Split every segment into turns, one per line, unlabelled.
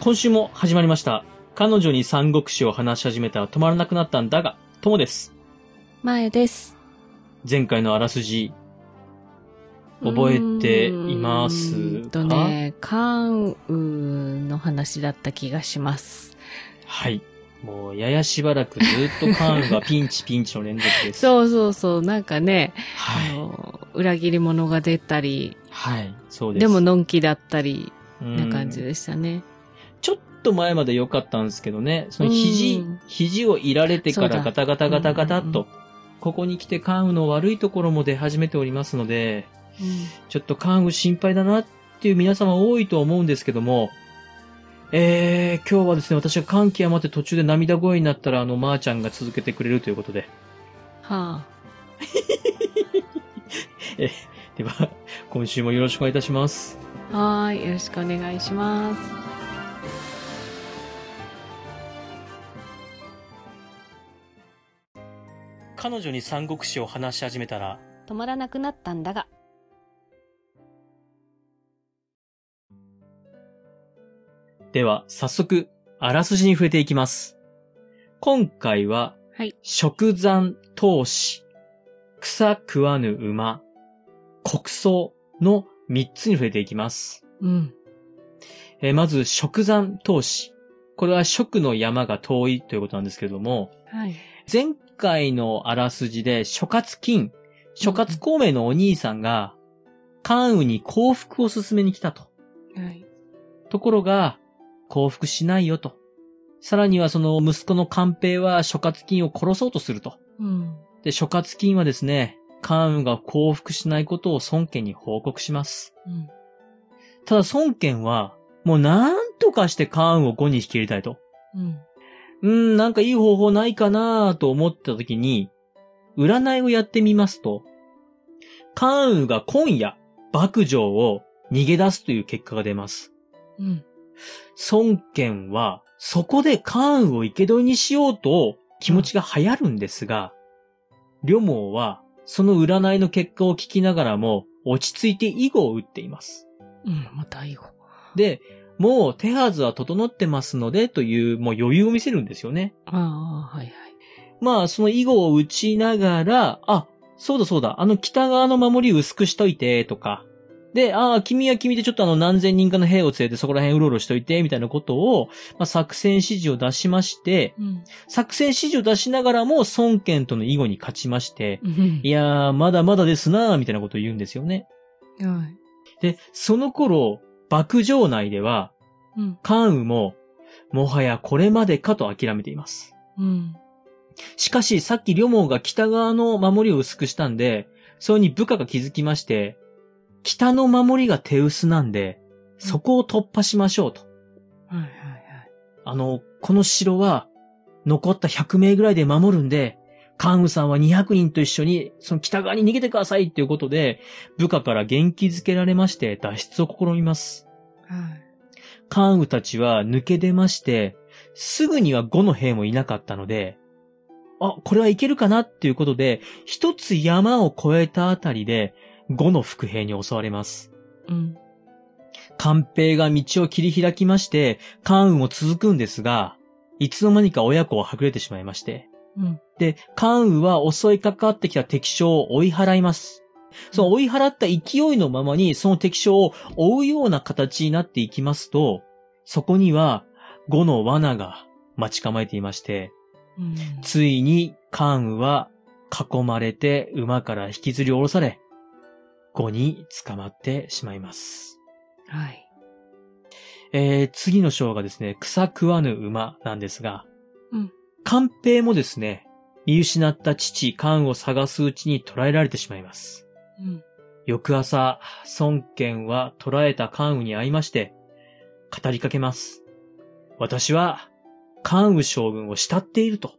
今週も始まりました。彼女に三国志を話し始めたら止まらなくなったんだが、ともです。
前です。
前回のあらすじ、覚えていますか
うーんとね、関羽の話だった気がします。
はい。もう、ややしばらくずっと関羽がピンチピンチの連続です。
そうそうそう、なんかね、
は
あ
い。
の、裏切り者が出たり、
はい。そう
で
です。
も、のんきだったり、
な
な感じでしたね。
ちょっと前まで良かったんですけどね、その肘、
うん
肘をいられてか
そう
ら
だ
ガタガタガタガタっと、
うん
ここに来て関羽の悪いところも出始めておりますので、ちょっと関羽心配だなっていう皆様多いと思うんですけども、えー、今日はですね、私が歓喜余って途中で涙声になったら、あの、まーちゃんが続けてくれるということで、
は
では、今週もよろしくお願いいたします。
あ、はーい、よろしくお願いします。
彼女に三国志を話し始めたら、
止まらなくなったんだが。
では、早速、あらすじに触れていきます。今回は、
はい
食山投資、草食わぬ馬、国葬の3つに触れていきます。
うん。
えーまず、食山投資。これは食の山が遠いということなんですけれども、
はい。
前回のあらすじで、諸葛金、諸葛孔明のお兄さんが、関羽に降伏を進めに来たと。
はい。
ところが、降伏しないよと。さらにはその息子の官兵は諸葛金を殺そうとすると。
うん。
で、諸葛金はですね、関羽が降伏しないことを孫権に報告します。
うん。
ただ孫権は、もうなんとかして関羽を5に引き入れたいと。
うん。
うーん、なんかいい方法ないかなと思った時に、占いをやってみますと、関羽が今夜、幕城を逃げ出すという結果が出ます。
うん。
孫権は、そこで関羽を生け捕りにしようと気持ちが流行るんですが、呂蒙は、その占いの結果を聞きながらも、落ち着いて囲碁を打っています。
うん。またいい
で、もう手はずは整ってますので、という、もう余裕を見せるんですよね。
ああ、はいはい。
まあ、その囲碁を打ちながら、あ、そうだそうだ、あの北側の守り薄くしといて、とか。で、ああ、君は君でちょっとあの何千人かの兵を連れてそこら辺うろうろしといて、みたいなことを、まあ、作戦指示を出しまして、
うん。
作戦指示を出しながらも孫権との囲碁に勝ちまして、
うん
い。やー、まだまだですなー、みたいなことを言うんですよね。
はい。
で、その頃、幕城内では、
うん。
関羽も、もはやこれまでかと諦めています。
うん。
しかし、さっき両毛が北側の守りを薄くしたんで、それに部下が気づきまして、北の守りが手薄なんで、そこを突破しましょうと。
はいはい
あの、この城は、残った100名ぐらいで守るんで、関羽さんは200人と一緒に、その北側に逃げてくださいっていうことで、部下から元気づけられまして、脱出を試みます。
はい。はい。
関羽たちは抜け出まして、すぐには5の兵もいなかったので、あ、これはいけるかなっていうことで、一つ山を越えたあたりで、5の伏兵に襲われます。
うん。
官兵が道を切り開きまして、関羽も続くんですが、いつの間にか親子ははぐれてしまいまして。
うん。
で、関羽は襲いかかってきた敵将を追い払います。その追い払った勢いのままに、その敵将を追うような形になっていきますと、そこには、五の罠が待ち構えていまして、
うん。
ついに関羽は囲まれて馬から引きずり下ろされ、五に捕まってしまいます。
はい。
えー、次の章がですね、草食わぬ馬なんですが、
うん。
官兵もですね、見失った父、関羽を探すうちに捕らえられてしまいます。
うん。
翌朝、孫権は捕らえた関羽に会いまして、語りかけます。私は、関羽将軍を慕っていると。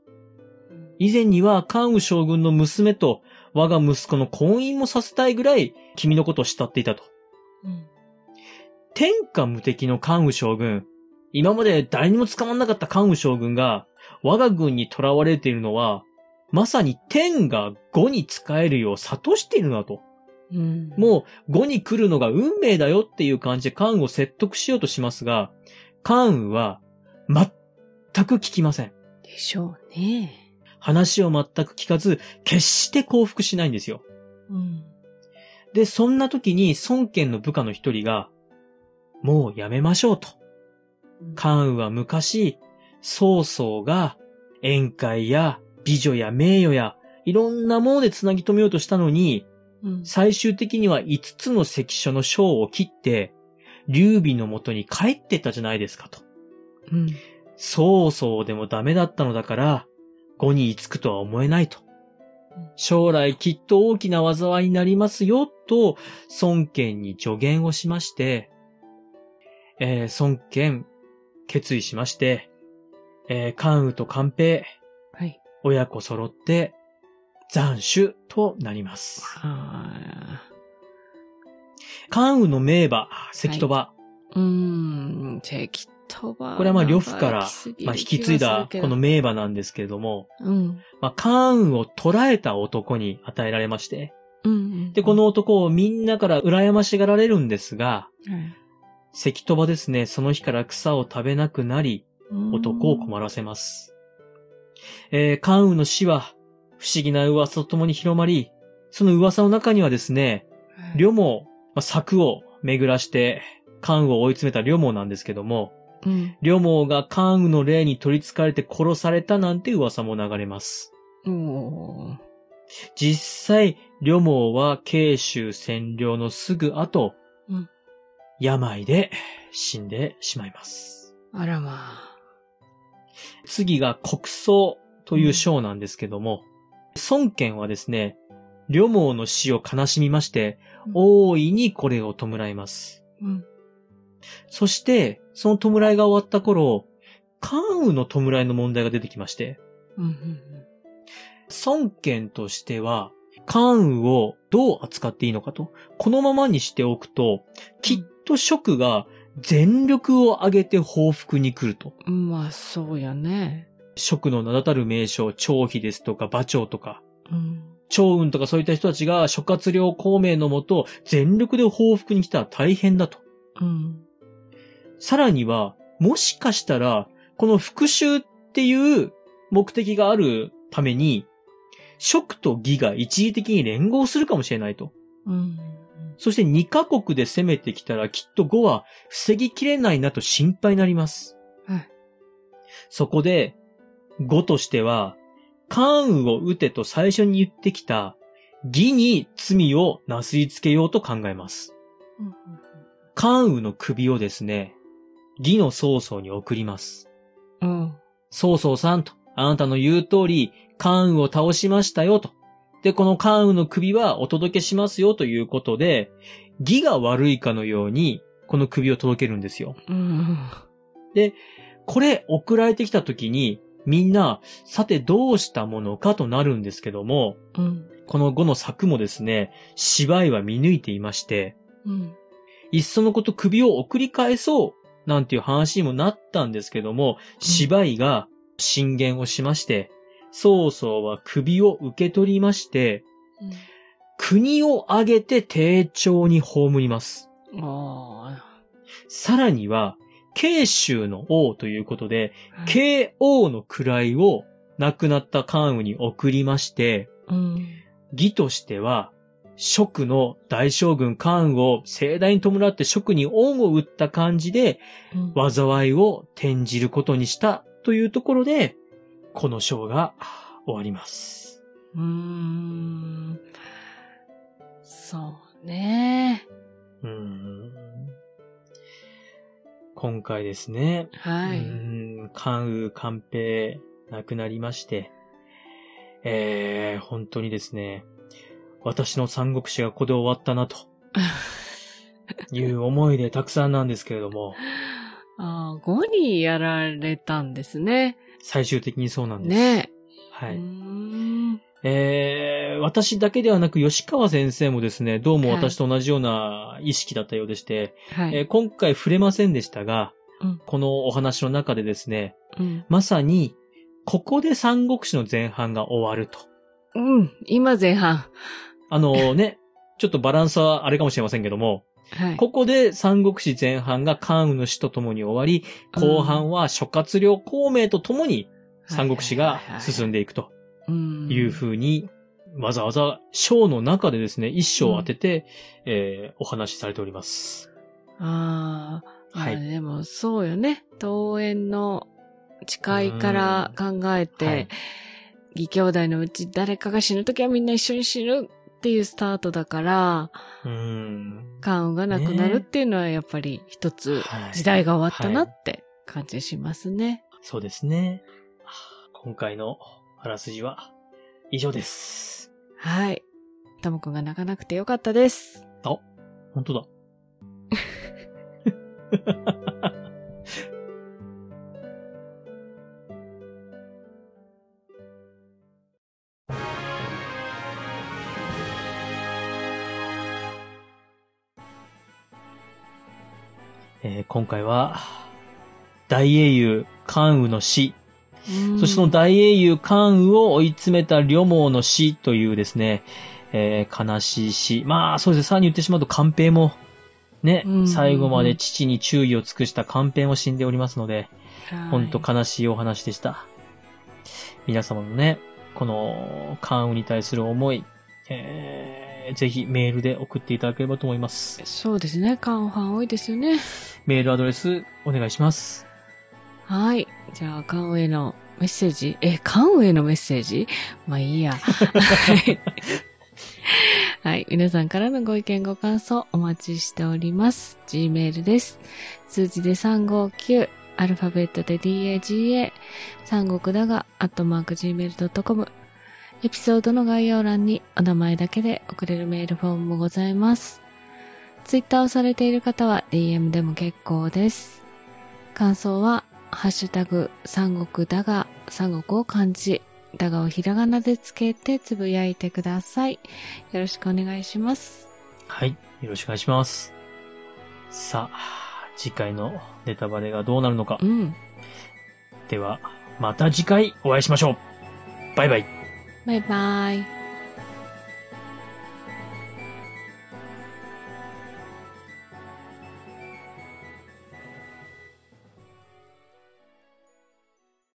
以前には関羽将軍の娘と我が息子の婚姻もさせたいぐらい君のことを慕っていたと。
うん。
天下無敵の関羽将軍、今まで誰にも捕まんなかった関羽将軍が、我が軍に囚われているのは、まさに天が5に仕えるよう悟しているなと。
うん。
もう5に来るのが運命だよっていう感じで関羽を説得しようとしますが、関羽は全く聞きません。
でしょうね。
話を全く聞かず、決して降伏しないんですよ。
うん。
で、そんな時に孫権の部下の一人が、もうやめましょうと。関羽は昔、曹操が宴会や美女や名誉やいろんなものでつなぎ止めようとしたのに、
うん。
最終的には5つの関所の章を切って、劉備の元に帰ってったじゃないですかと。
うん。
曹操でもダメだったのだから、後に居つくとは思えないと
うん。
将来きっと大きな災いになりますよ、と、孫権に助言をしまして、えー孫権、決意しまして、えー関羽と関平、
はい。
親子揃って、斬首となります。
あ
関羽の名馬、関戸馬、
ーうーん。適当は。
これはまあ呂布から
長生きすぎる
まあ、引き継いだ
気がするけど
この。名馬なんですけれども、
うん。
まあ、関羽を捕らえた男に与えられまして、
うん。
で、この男をみんなから羨ましがられるんですが、
はい、
関戸場ですね、その日から草を食べなくなり、男を困らせます。えー、関羽の死は、不思議な噂とともに広まり、その噂の中にはですね、
はい
呂蒙、まあ、策を巡らして、関羽を追い詰めた呂蒙なんですけども、
うん。
呂蒙が関羽の霊に取り憑かれて殺されたなんて噂も流れます。
おー
実際、呂蒙は慶州占領のすぐ後、
うん
病で死んでしまいます。
あらま
次が国葬という章なんですけども、孫権はですね、呂蒙の死を悲しみまして、
うん
大いにこれを弔います。
あ。うん。
そして、その弔いが終わった頃、関羽の弔いの問題が出てきまして、
うんうん
孫権としては、関羽をどう扱っていいのかと。このままにしておくと、きっと職が全力を挙げて報復に来ると。
うん。まあ、そうやね。
職の名だたる名称、張飛ですとか馬長とか、
うん。
長雲とかそういった人たちが諸葛亮孔明のもと全力で報復に来たら大変だと。
うん。
さらには、もしかしたら、この復讐っていう目的があるために、職と義が一時的に連合するかもしれないと。
うん。
そして2カ国で攻めてきたらきっと5は防ぎきれないなと心配になります。
はい
そこで、5としては、関羽を撃てと最初に言ってきた義に罪をなすりつけようと考えます。
うん
関羽の首をですね、義の曹操に送ります。
うん。
曹操さんと、あなたの言う通り、関羽を倒しましたよと。で、この関羽の首はお届けしますよということで、義が悪いかのように、この首を届けるんですよ。
うん。
これ、送られてきた時に、みんな、さてどうしたものかとなるんですけども、
うん。
この後の作もですね、芝居は見抜いていまして、
うん。
いっそのこと首を送り返そう、なんていう話にもなったんですけども、芝居が進言をしまして、曹操は首を受け取りまして、国を挙げて丁重に葬ります。
あ
さらには、慶州の王ということで、
あ。
慶王の位を亡くなった関羽に送りまして、
うん。
義としては、職の大将軍関羽を盛大に弔って職に恩を打った感じで、
うん
災いを転じることにしたというところで、この章が終わります。
うーん。そうね。
うーん今回ですね、
は
う
い。
ーん関羽、関平、亡くなりまして、えー、本当にですね、私の三国志がここで終わったなという思いでたくさんなんですけれども、
ああ、5にやられたんですね。
最終的にそうなんです。
ね
は
うー
い。
ん。
えー、私だけではなく吉川先生もですね、どうも
はい
私と同じような意識だったようでして、
は
えー
い。
今回触れませんでしたが、
うん
このお話の中でですね、
うん。
まさに、ここで三国志の前半が終わると。
うん。今前半。
あのね、ちょっとバランスはあれかもしれませんけども、
はい。
ここで三国志前半が関羽の死と共に終わり、後半は諸葛亮孔明と共に三国志が進んでいくと
で
いう風に、わざわざ章の中でですね、一章を当てて、えーお話しされております。
ああ、
はい
まあでもそうよね。桃園の誓いから考え
はい
て、義兄弟のうち誰かが死ぬときはみんな一緒に死ぬっていうスタートだから、
うーん。
関羽がなくなるっていうのはやっぱり一つ
はい
時代が終わったなって感じしますね。
そうですね。今回のあらすじは以上です。
はい。ともくんが泣かなくてよかったです。
本当だ。 えー今回は、大英雄、関羽の死、そしてその大英雄関羽を追い詰めた両毛の死というですね、えー悲しい死。まあ、そうですね、さらに言ってしまうと官兵も、ね
う、ん
最後まで父に注意を尽くした官兵も死んでおりますので、
うん、
ほんと
か。
悲しいお話でした。皆様のね、この関羽に対する思い、えーぜひメールで送っていただければと思います。
そうですね。関羽多いですよね。
メールアドレスお願いします。
はい。じゃあ、関羽へのメッセージ。え、関羽へのメッセージまあいいや。はいはい。皆さんからのご意見、ご感想お待ちしております。Gmail です。数字で359、アルファベットで DAGA、三国だが、アットマーク Gmail.com。エピソードの概要欄にお名前だけで送れるメールフォームもございます。Twitter をされている方は DM でも結構です。感想は、ハッシュタグ、三国だが、三国を漢字、だがをひらがなでつけてつぶやいてください。よろしくお願いします。
はい。よろしくお願いします。さあ、次回のネタバレがどうなるのか
う。ん。
では、また次回お会いしましょう。バイバイ。
バイバイ。